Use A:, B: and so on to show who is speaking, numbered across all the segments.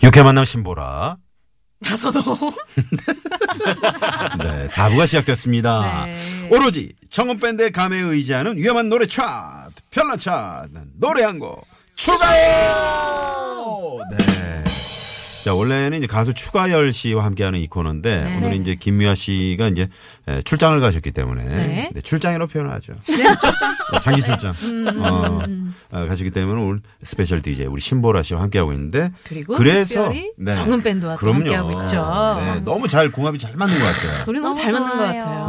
A: 육회 만남 신보라.
B: 나서도
A: 네, 4부가 시작됐습니다.
B: 네.
A: 오로지 청혼밴드의 감에 의지하는 위험한 노래 차트, 편란 차트, 노래 한 곡, 추가요! 네. 자, 원래는 이제 가수 추가열 씨와 함께하는 이 코너인데,
B: 네.
A: 오늘은 이제 김미아 씨가 이제 에, 출장을 가셨기 때문에,
B: 네.
A: 네, 출장이라고 표현하죠. 네, 장기 출장.
B: 음,
A: 어, 어, 가시기 때문에 오늘 스페셜 DJ 우리 신보라 씨와 함께하고 있는데,
B: 그리고
A: 그래서 네.
B: 특별히 정은 밴드와 또
A: 그럼요.
B: 함께하고 있죠.
A: 네, 너무 잘 궁합이 잘 맞는 것 같아요.
B: 우리 너무 잘 맞는 것 같아요.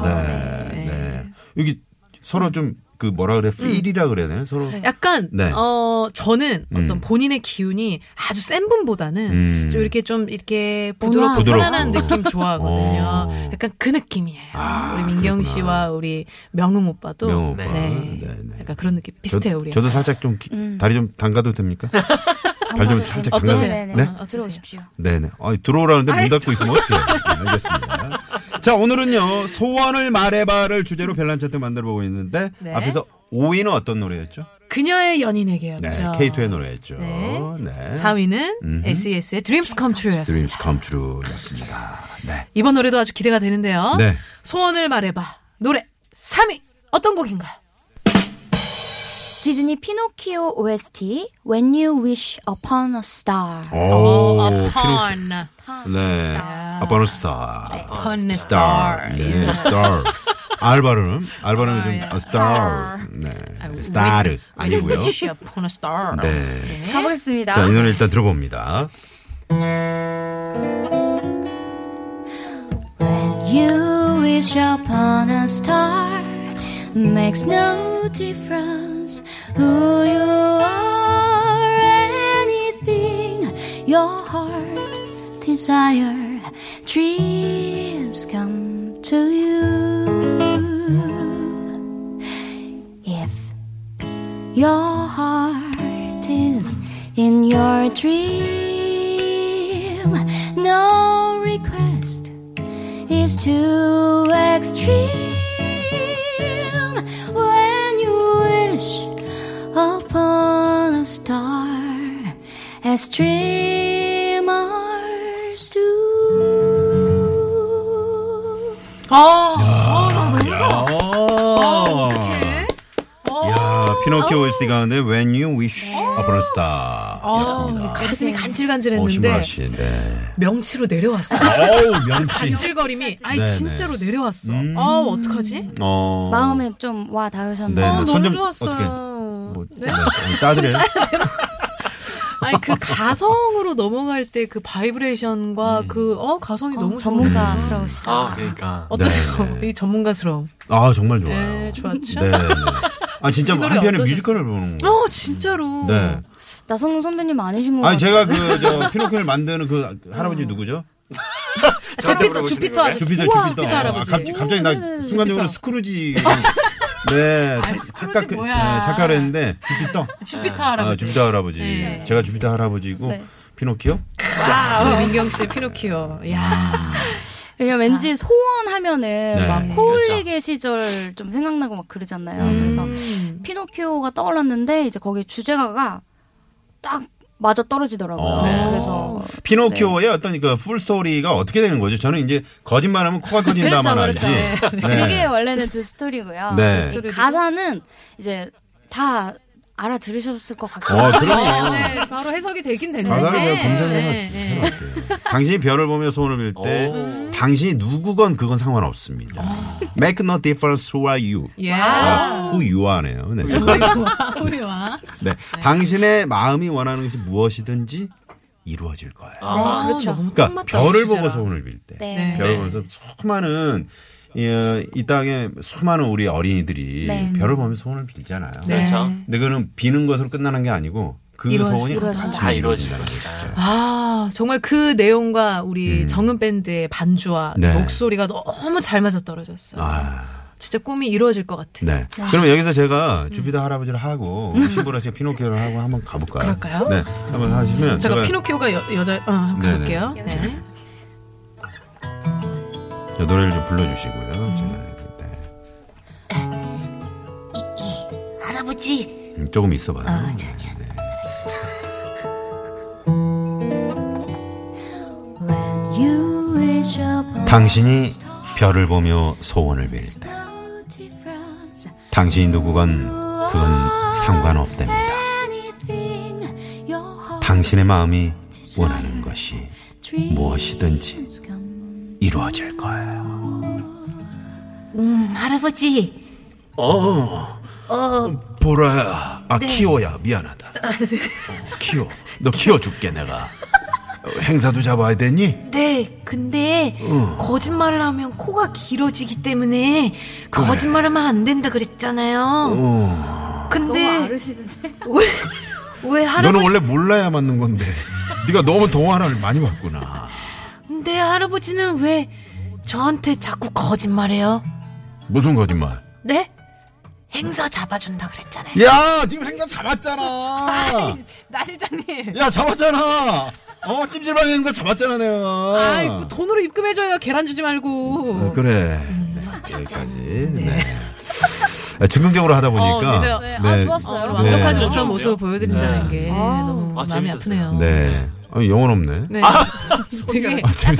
A: 네, 네. 여기 서로 좀 그 뭐라 그래? 필이라 그래야 되나? 서로.
B: 약간
A: 네.
B: 어 저는
A: 음.
B: 어떤 본인의 기운이 아주 센 분보다는
A: 음.
B: 좀 이렇게 좀 이렇게 부드럽고
A: 부드럽고.
B: 편안한 느낌
A: 어.
B: 좋아하거든요. 약간 그 느낌이에요.
A: 아,
B: 우리 민경
A: 그렇구나.
B: 씨와 우리 명음 오빠도
A: 명음 오빠.
B: 네.
A: 네, 네.
B: 약간 그런 느낌
A: 저,
B: 비슷해요 우리.
A: 저도 살짝 좀 기- 다리 좀 담가도 됩니까? 발 좀 살짝 담가도
B: 어떠세요?
A: 음. 네.
B: 어, 들어오십시오.
A: 네네. 아, 들어오라는데 문 닫고 있으면 어떡해요. 네, 알겠습니다. 자, 오늘은요, 소원을 말해봐를 주제로 별난 차트 만들어보고 있는데,
B: 네.
A: 앞에서 5위는 어떤 노래였죠?
B: 그녀의 연인에게였죠.
A: 네, K2의 노래였죠.
B: 네.
A: 네.
B: 4위는
A: 음흠.
B: SES의 Dreams Come True였습니다.
A: Dreams Come True였습니다. 네.
B: 이번 노래도 아주 기대가 되는데요.
A: 네.
B: 소원을 말해봐. 노래 3위. 어떤 곡인가요?
C: 디즈니 피노키오 OST When You Wish Upon a Star.
A: 오, 피노키오.
B: upon
A: 네. Upon a Star.
B: upon a
A: star.
B: star.
A: 네, star. 알 발음. 알 발음은 좀 아, star. 네. star 아니고요.
B: Wish upon a star.
A: 네.
D: 가보겠습니다.
A: 자, 이 노래 일단 들어봅니다.
C: You wish upon a star makes no difference who you are anything your heart desire dreams come to you if your heart is in your dream no request is too extreme when you wish upon a star as dreamers do.
A: 아, 어, 야, 아. 야,
B: 어.
A: 피노키오 OST 가운데 When You Wish 아, Upon a Star.
B: 어,
A: 였습니다.
B: 가슴이
A: 오, 신보라
B: 간질간질했는데
A: 씨, 네.
B: 명치로 내려왔어.
A: 아, 어우, 명치.
B: 간질거림이 아니
A: 네, 음. 네.
B: 진짜로 내려왔어. 아 어떡하지?
A: 어.
C: 마음에 좀 와
A: 네,
C: 닿으셨나요?
A: 네.
B: 너무
A: 손좀
B: 좋았어요.
A: 어떻게. 뭐, 네. 따드려요?
B: 아니 그 가성으로 넘어갈 때 그
A: 음.
B: 바이브레이션과 그 어 가성이
C: 어,
B: 너무
C: 전문가스러우시다.
E: 아, 그러니까.
B: 좋- 어떠세요?
A: 네, 네.
B: 이 전문가스러움.
A: 아, 정말 좋아요.
B: 네, 좋았죠.
A: 네. 네. 아, 진짜
B: 이 노래
A: 한편의
B: 어떠셨어요?
A: 뮤지컬을 보는 거.
B: 어 진짜로. 아,
A: 네.
C: 나성룡 선배님 아니신 것
A: 아니
C: 같아요.
A: 제가 그 저 피노키오를 만드는 그 할아버지 누구죠?
B: 아, 제피터
E: 물어보시는
B: 주피터
E: 거예요?
B: 아저씨.
A: 주피터
B: 우와,
A: 주피터.
B: 주피터
A: 아,
B: 할아버지. 음,
A: 갑자기, 갑자기 나 순간적으로
B: 주피터.
A: 스크루지. 네, 착-
B: 스크루지
A: 착각, 네,
B: 뭐야.
A: 착각을 했는데 주피터.
B: 주피터
A: 아,
B: 할아버지.
A: 주피터 할아버지.
B: 네.
A: 제가 주피터 할아버지고 피노키오. 어.
B: 아, 민경 씨의 피노키오. 야.
C: 그냥 왠지 소원하면은
A: 네.
C: 막 코울리게 시절 좀 생각나고 막 그러잖아요.
A: 음.
C: 그래서 음. 피노키오가 떠올랐는데 이제 거기 주제가가 딱 맞아 떨어지더라고요.
A: 어.
E: 네.
C: 그래서
A: 피노키오의 어떤 그 풀 스토리가 어떻게 되는 거죠? 저는 이제 거짓말하면 코가 커진다만 알지.
B: 그렇죠,
A: 네.
C: 아, 그게 원래는 두 스토리고요.
A: 네.
C: 이 가사는 이제 다 알아들으셨을 것 같고.
A: 어,
B: 어,
A: 그럼요.
B: 네, 바로 해석이 되긴 됐는데.
A: 가사를 그냥 검색을
B: 네,
A: 해봤지.
B: 네.
A: 생각해요. 당신이 별을 보며 소원을 빌 때
E: 오.
A: 당신이 누구건 그건 상관없습니다. Make no difference who are you.
B: 예.
A: 아, who you are네요. 네.
B: 우리와.
A: 네. 당신의 마음이 원하는 것이 무엇이든지 이루어질 거예요.
E: 아,
C: 그렇죠.
A: 그러니까 별을 보고 소원을 빌 때.
C: 네.
A: 별을 보면서 수많은 이, 어, 이 땅에 수많은 우리 어린이들이
C: 네.
A: 별을 보면서 소원을 빌잖아요.
B: 네.
E: 그렇죠.
A: 근데 그거는 비는 것으로 끝나는 게 아니고 그
B: 이루어지-
A: 소원이
C: 이루어진다.
A: 반드시 이루어진다는 것이죠.
B: 아 정말 그 내용과 우리
A: 음.
B: 정은 밴드의 반주와
A: 네.
B: 목소리가 너무 잘 맞아 떨어졌어.
A: 아,
B: 진짜 꿈이 이루어질 것 같아.
A: 네. 그러면 여기서 제가 주피터 할아버지를 하고 신보라 씨가 피노키오를 하고 한번 가볼까요?
B: 그럴까요?
A: 네, 한번 하시면
B: 제가
A: 제가
B: 피노키오가 여, 여자 어, 한번
A: 네네.
B: 가볼게요. 네.
A: 이 노래를 좀 불러주시고요. 제가 네.
C: 할아버지
A: 음, 조금 있어봐요.
C: 아, 자기야.
A: 네.
C: When you wish upon
A: 당신이 별을 보며 소원을 빌 때,
C: starry frowns,
A: 당신이 누구건 그건 상관없답니다.
C: anything your heart
A: 당신의 마음이 원하는 것이
C: dreams
A: 무엇이든지
C: come.
A: 이루어질 거예요.
B: 음, 할아버지
A: 어, 보라야,
B: 네.
A: 아 키오야, 미안하다.
B: 아,
A: 어, 키오, 너 키워줄게 내가. 어, 행사도 잡아야 되니?
B: 네 근데
A: 어.
B: 거짓말을 하면 코가 길어지기 때문에 거짓말 하면 안 된다 그랬잖아요.
A: 어,
B: 근데
C: 그러시는데
B: 왜
A: 너는
B: 할아버지
A: 원래 몰라야 맞는 건데, 네가 너무 동화를 많이 봤구나.
B: 근데 네, 할아버지는 왜 저한테 자꾸 거짓말해요?
A: 무슨 거짓말?
B: 네? 행사 잡아준다 그랬잖아요.
A: 야, 지금 행사 잡았잖아.
B: 나 실장님.
A: 야, 잡았잖아. 어, 찜질방 행사 잡았잖아 내가.
B: 아이, 뭐 돈으로 입금해줘요. 계란 주지 말고.
A: 어, 그래.
B: 음.
A: 네,
B: 아,
A: 여기까지. 네. 아, 긍정적으로 하다 보니까.
B: 어, 그죠.
C: 네, 아, 좋았어요.
B: 오늘 완벽한
A: 네.
B: 전처 모습을 보여드린다는
A: 네.
B: 게
C: 아.
B: 너무
D: 아,
B: 마음이
D: 재밌었어요.
B: 아프네요.
A: 네. 아, 영혼 없네.
B: 네. 되게
C: 약간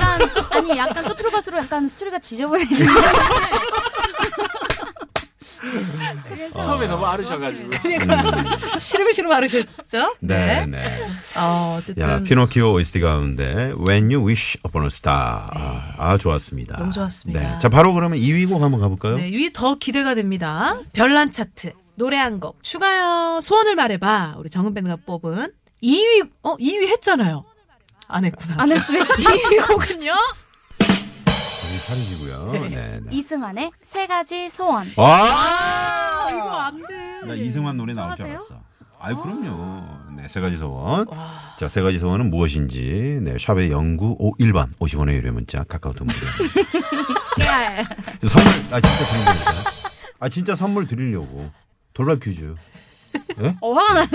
C: 아니 약간 끝으로 갈수록 약간 스토리가 지저분해지는
D: 처음에 너무 아르셔가지고.
B: 네. 시름시름 마르셨죠?
A: 네, 네.
B: 어, 어쨌든
A: 야, 피노키오 OST 가운데 When You Wish Upon a Star. 아, 아, 좋았습니다.
B: 네. 너무 좋았습니다.
A: 네. 자, 바로 그러면 2위 곡 한번 가볼까요?
B: 네, 유이 더 기대가 됩니다. 별난 차트 노래 한 곡 추가요. 소원을 말해봐. 우리 정은 밴드가 뽑은 2위 어 2위 했잖아요. 안 했구나.
C: 안 했으면
B: 2위 곡은요.
A: 차리시고요. 네, 네. 아!
C: 이승환의 세 가지 소원
A: 와!
B: 이거 어, 안 돼.
A: 나 이승환 노래 나올 줄
C: 아, 예, 좋아하세요?
A: 알았어. 아이 그럼요. 네, 세 가지 소원. 자, 세 가지 소원은 무엇인지. 네, 샵의 0951번 50원의 유료 문자 카카오톡 무료.
C: 깨알
A: 선물 아 진짜 드리는 겁니다. 아 진짜 선물 드리려고. 돌발 퀴즈. 예?
C: 어 화가 나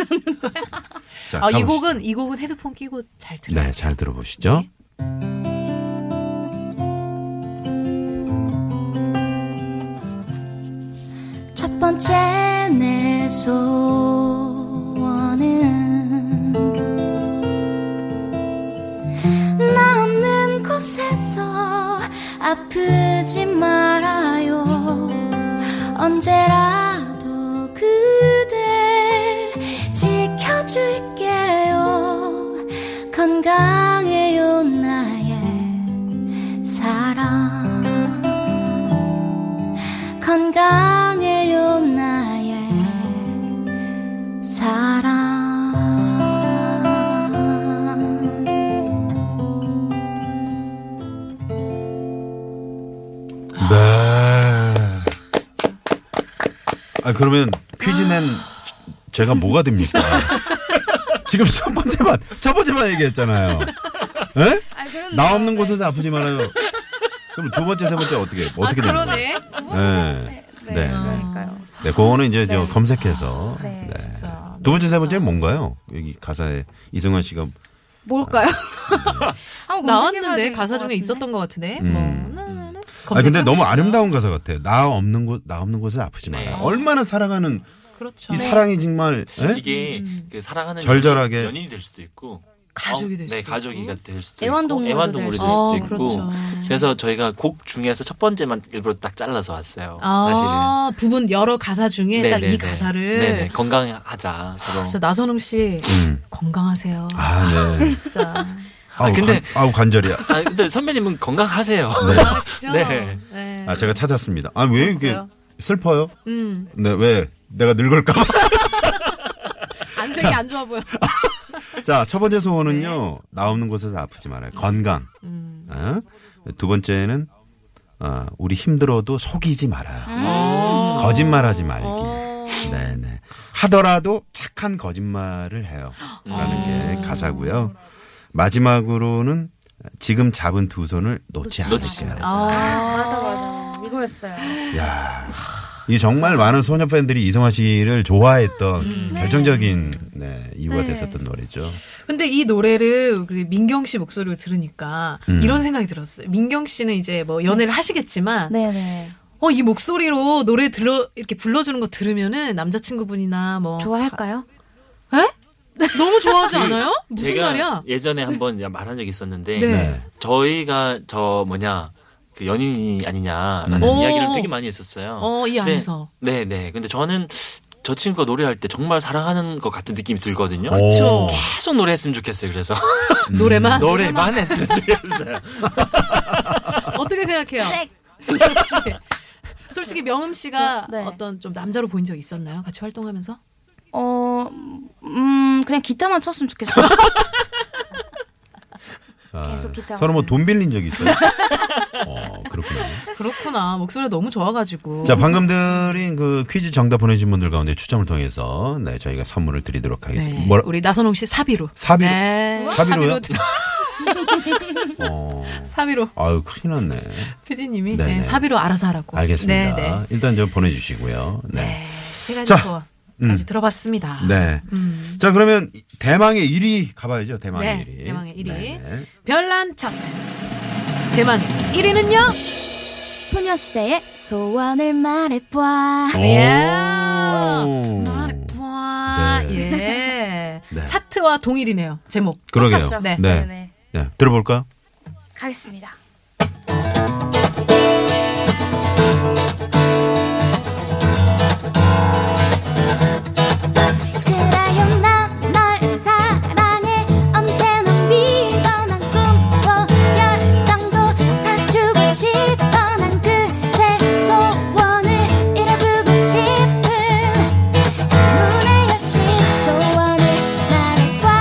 A: 자,
B: 아, 이
A: 가보시죠.
B: 곡은 이 곡은 헤드폰 끼고 잘 들어.
A: 네, 잘 들어보시죠.
C: 첫 번째 내 소원은 나 없는 곳에서 아프지 말아요 언제라도 그댈 지켜줄게요 건강해요 나의 사랑 건강해요 나의 사랑
A: 네. 아 그러면 퀴즈 낸 제가 뭐가 됩니까? 지금 첫 번째만 첫 번째만 얘기했잖아요. 예? 나 없는 곳에서 아프지 말아요. 그럼 두 번째 세 번째 어떻게
B: 아
A: 어떻게 되는 거예요?
B: 그러네.
A: 네. 네. 네.
C: 그러니까요
A: 네, 그거는 이제 저 검색해서
C: 네,
A: 네.
B: 진짜.
A: 두 번째 세 번째는 뭔가요? 여기 가사에 이승환 씨가
C: 뭘까요? 한번 검색해봐야
B: 나왔는데
C: 될것
B: 가사 중에
C: 같은데.
B: 있었던 것 같은데.
A: 음.
B: 뭐. 나나나.
A: 아 근데 너무
B: 검색해보시죠.
A: 아름다운 가사 같아요. 나 없는 곳 나 없는 곳에 아프지
D: 네.
A: 마라. 얼마나 사랑하는
B: 그렇죠.
A: 이 사랑이 정말 예?
D: 이게 그 사랑하는
A: 절절하게.
D: 연인- 연인이 될 수도 있고
B: 가족이
D: 어,
B: 될
D: 네,
B: 수도
D: 가족이
B: 있고.
D: 될 수도
C: 애완동물도
D: 있고 애완동물이
C: 될
D: 될
C: 수도
D: 수도
B: 어,
D: 있고
B: 그렇죠.
D: 그래서 저희가 곡 중에서 첫 번째만 일부러 딱 잘라서 왔어요. 사실은
B: 아, 부분 여러 가사 중에 딱 이
D: 네네네.
B: 가사를. 아,
D: 네네, 건강하자
B: 진짜
D: 서로.
B: 나선홍 씨
A: 음.
B: 건강하세요.
A: 아 네.
B: 진짜
A: 아우,
D: 근데-
A: 간, 아우 간절이야.
D: 아 근데 선배님은 건강하세요.
B: 건강하시죠?
D: 네.
B: 네.
A: 아 제가 찾았습니다. 아 왜 이게
B: 없어요.
A: 슬퍼요?
B: 음,
A: 네 왜 내가 늙을까?
B: 안색이 안 좋아 보여.
A: 자첫 번째 소원은요 나 없는 곳에서 아프지 말아요. 건강. 어? 두 번째는 어, 음. 어. 우리 힘들어도 속이지 말아요. 거짓말하지 말기. 네네. 하더라도 착한 거짓말을 해요. 라는 게 가사고요. 마지막으로는 지금 잡은 두 손을 놓지
D: 놓치지
A: 않을게요.
D: 않을게요.
C: 맞아 맞아 이거였어요.
A: 야, 이 정말 많은 소녀 팬들이 이성화 씨를 좋아했던 결정적인 네, 이유가
B: 네.
A: 됐었던 노래죠.
B: 근데 이 노래를 우리 민경 씨 목소리를 들으니까
A: 음.
B: 이런 생각이 들었어요. 민경 씨는 이제 뭐 연애를
A: 음.
B: 하시겠지만
C: 네네
B: 어 이 목소리로 노래 들러 이렇게 불러주는 거 들으면은 남자친구분이나 뭐
C: 어, 좋아할까요? 네.
B: 에? 너무 좋아하지 않아요? 무슨
D: 제가
B: 말이야?
D: 예전에 한번 말한 적이 있었는데
B: 네.
A: 네.
D: 저희가 저 뭐냐 그 연인이
B: 음.
D: 아니냐라는 이야기를
B: 오.
D: 되게 많이 했었어요.
B: 어 이 안에서
D: 네, 네. 근데 저는 저 친구가 노래할 때 정말 사랑하는 것 같은 느낌이 들거든요.
B: 그쵸.
A: 오.
D: 계속 노래했으면 좋겠어요. 그래서
B: 음. 아, 노래만
D: 노래만 했으면 좋겠어요.
B: 어떻게 생각해요?
C: 네.
B: 민경 씨. 솔직히 명음 씨가
C: 네.
B: 어떤 좀 남자로 보인 적 있었나요? 같이 활동하면서?
C: 어, 음, 그냥 기타만 쳤으면 좋겠어요.
A: 아,
C: 계속 기타.
A: 서로 뭐 돈 빌린 적이 있어요? 어, 그렇구나.
B: 그렇구나 목소리가 너무 좋아가지고
A: 자, 방금 드린 그 퀴즈 정답 보내주신 분들 가운데 추첨을 통해서 네, 저희가 선물을 드리도록 하겠습니다.
B: 네,
A: 뭐라-
B: 우리 나선홍 씨 사비로
A: 사비로? 뭐?
B: 네.
A: 사비로요?
B: 사비로
A: 어,
B: 사비로
A: 아유, 큰일 났네.
B: PD님이
A: 네네.
B: 네, 사비로 알아서 하라고.
A: 알겠습니다.
B: 네, 네.
A: 일단 좀 보내주시고요. 네.
B: 네, 세 가지
A: 자,
B: 조언까지
A: 음.
B: 들어봤습니다.
A: 네.
B: 음.
A: 자, 그러면 대망의 1위 가봐야죠. 대망의
B: 네,
A: 1위.
B: 대망의 1위.
A: 네.
B: 별난 차트 대망의 1위는요.
C: 소녀시대의 소원을 말해봐.
A: 오.
B: 예. 나르와 예.
A: 네.
B: 차트와 동일이네요. 제목.
A: 그러게요.
C: 똑같죠?
A: 네.
B: 네.
A: 네.
C: 네네.
A: 들어볼까요?
C: 가겠습니다. 그래요 난 널 사랑해 언제나 믿어 난 꿈도 열정도 다 주고 싶어 난 그대 소원을 이뤄주고 싶은 눈의 여신 소원을 말해봐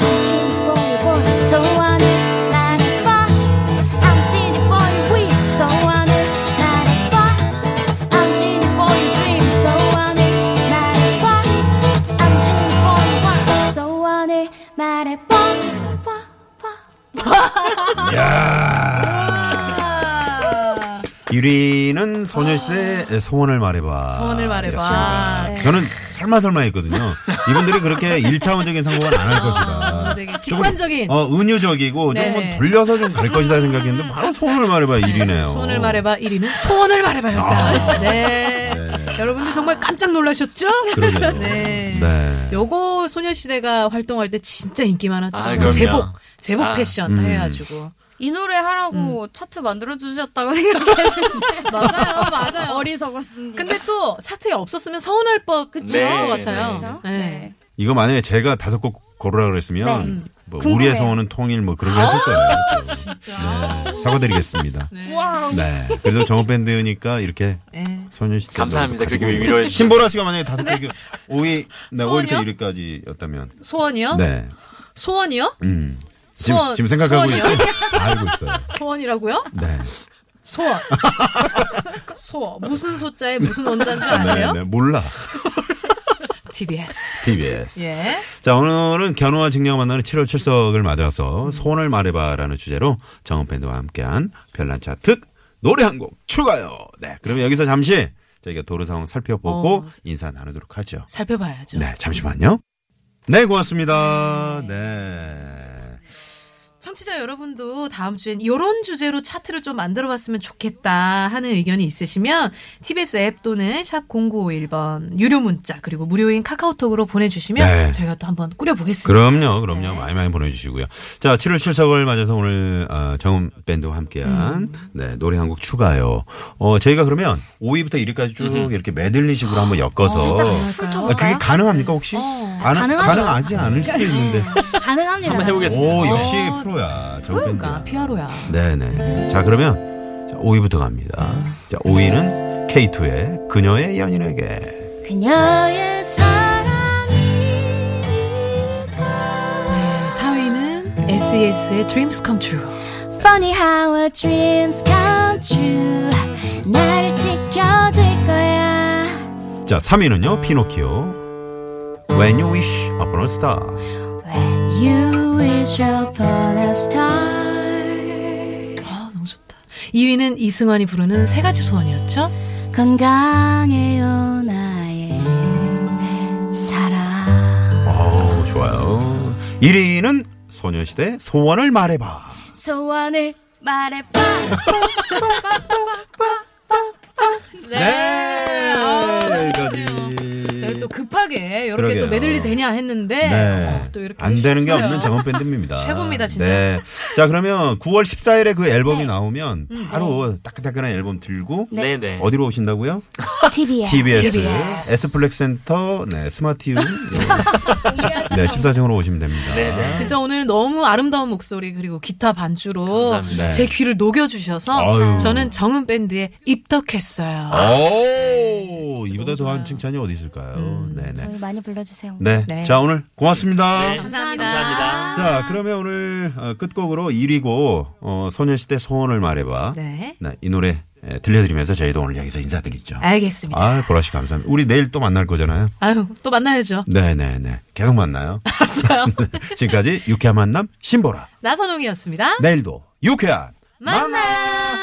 C: Reaching for your boy, 소원을 말해봐 I'm genie for your wish, 소원을 말해봐 I'm genie for your dream, 소원을 말해봐 I'm genie for your want, 소원을 말해봐 봐, 봐.
B: 아,
A: 1위는 소녀시대 의 소원을 말해봐.
B: 소원을 말해봐.
A: 이었습니다.
B: 네.
A: 저는 설마 설마 했거든요. 이분들이 그렇게 1차원적인 상상은 안 할 것이다.
B: 되게 직관적인.
A: 어, 은유적이고 조금
B: 네. 네네. 음.
A: 돌려서 좀 갈 것이다 생각했는데 바로 소원을 말해봐 1위네요.
B: 소원을 말해봐 1위는 소원을 말해봐 요
A: 아.
B: 네.
A: 네.
B: 여러분들 정말 깜짝 놀라셨죠?
A: 그러게요.
B: 네.
A: 네.
B: 요거 소녀시대가 활동할 때 진짜 인기 많았죠.
D: 아, 그럼요.
B: 제복, 제복
D: 아,
B: 패션
A: 음.
B: 해가지고.
C: 이 노래 하라고 차트 만들어 주셨다고 생각했는데
B: 맞아요, 맞아요.
C: 어리석었습니다.
B: 근데 또 차트에 없었으면 서운할 법 그치?
D: 네,
B: 것
D: 네,
B: 같아요.
C: 그렇죠?
B: 네.
C: 네.
A: 이거 만약에 제가 다섯 곡 고르라 그랬으면
B: 음.
A: 뭐
C: 궁금해요.
A: 우리의 소원은 통일 뭐 그런 거 했을
B: 아,
A: 거예요. 또. 네. 사과드리겠습니다.
C: 와우.
A: 네. 그래도 정업 밴드니까 이렇게
B: 네.
A: 소녀시대
D: 감사합니다.
A: 가지고
D: 그렇게
A: 있는
D: 위로해
A: 거.
D: 주셔서.
A: 신보라 씨가 만약에 다섯 곡이 5위 네, 5위부터
B: 소원이요?
A: 1위까지였다면
B: 소원이요?
A: 네.
B: 소원이요?
A: 음. 지금
B: 소원,
A: 지금 생각하고 있죠?
B: 소원이요?
A: 알고 있어요.
B: 소원이라고요?
A: 네.
B: 소원. 소 무슨 소자에 무슨 원자인 줄 아세요?
A: 네, 네. 몰라.
B: TBS.
A: TBS.
B: 예.
A: 자, 오늘은 견우와 직녀가 만나는 7월 출석을 맞아서 소원을 말해봐라는 주제로 정은 밴드와 함께한 별난 차트 노래 한 곡 추가요. 네, 그러면 여기서 잠시 저희가 도로 상황 살펴보고
B: 어.
A: 인사 나누도록 하죠.
B: 살펴봐야죠.
A: 네, 잠시만요. 네, 고맙습니다. 네.
B: 청취자 여러분도 다음 주엔 이런 주제로 차트를 좀 만들어 봤으면 좋겠다 하는 의견이 있으시면 TBS 앱 또는 샵 0951번 유료 문자 그리고 무료인 카카오톡으로 보내주시면
A: 네.
B: 저희가 또 한번 꾸려보겠습니다.
A: 그럼요,
B: 네.
A: 그럼요. 많이 많이 보내주시고요. 자, 7월 출석을 맞아서 오늘 어, 정은 밴드와 함께한
B: 음.
A: 네, 노래 한 곡 추가요. 어, 저희가 그러면 5위부터 1위까지 쭉
B: 음.
A: 이렇게 메들리식으로 한번 엮어서
C: 진짜
A: 아,
C: 훑어볼까요?
A: 그게 가능합니까 혹시? 안-
C: 네. 가능하죠.
A: 가능하지 않을 수도 있는데.
C: 가능합니다.
B: 아.
D: 한번 해보겠습니다.
A: 오 역시
B: 어,
A: 프로야.
B: 그러니까
A: 정팬들.
B: 피아로야.
A: 네네. 자 그러면 5위부터 갑니다. 자 5위는 K2의 그녀의 연인에게.
C: 그녀의 사랑이다.
B: 네, 4위는 SES의 Dreams Come True.
C: Funny how our dreams come true. 날 지켜줄 거야.
A: 자 3위는요 피노키오 When you wish upon a star.
C: When you wish upon a star.
B: 아, 너무 좋다. 2위는 이승환이 부르는 세 가지 소원이었죠?
C: 건강해요 나의 사랑
A: 어, 좋아요. 1위는 소녀시대 소원을 말해봐.
C: 소원을 말해봐
A: 네, 여기까지.
B: 저희 또 급하게 이렇게
A: 네. 그러게요. 네.
B: 또 메들리 되냐 했는데 어, 또 이렇게
A: 안 되는 게
B: 해주셨어요.
A: 없는 장원 밴드입니다.
B: 최고입니다, 진짜. 네.
A: 네. 자, 그러면 9월 14일에 그 앨범이 나오면
B: 음,
A: 바로 따끈따끈한 앨범 들고
D: 네, 네.
A: 어디로 오신다고요?
C: TV야
A: TBS, S플렉 센터, 네, 스마티움, 예. 네, 14층으로 오시면 됩니다.
D: 네, 네.
B: 진짜 오늘 너무 아름다운 목소리 그리고 기타 반주로
D: 감사합니다.
A: 네.
B: 제 귀를 녹여주셔서
A: 아유. 아.
B: 저는 정은 밴드에 입덕했어요.
A: 오, 이보다 더한 칭찬이 어디 있을까요? 네, 네.
C: 저희 많이 불러주세요
A: 네.
B: 음, 네.
A: 자, 오늘 고맙습니다.
D: 네.
B: 감사합니다.
D: 감사합니다.
A: 자, 그러면 오늘 어, 끝곡으로 1위고 어, 소녀시대 소원을 말해봐.
B: 네.
A: 네, 이 노래 예, 들려드리면서 저희도 오늘 여기서 인사드리죠.
B: 알겠습니다.
A: 아, 보라 씨 감사합니다. 우리 내일 또 만날 거잖아요.
B: 아유, 또 만나야죠.
A: 네, 네, 네. 계속 만나요. 알았어요. 지금까지 유쾌한 만남 신보라.
B: 나선홍이었습니다.
A: 내일도 유쾌한
B: 만나!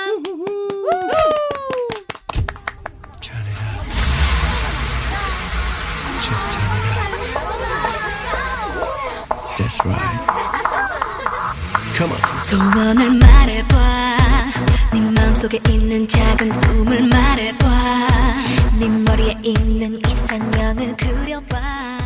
A: That's right.
E: 소원을 말해봐 네 마음속에 있는 작은 꿈을 말해봐 네 머리에 있는 이상형을 그려봐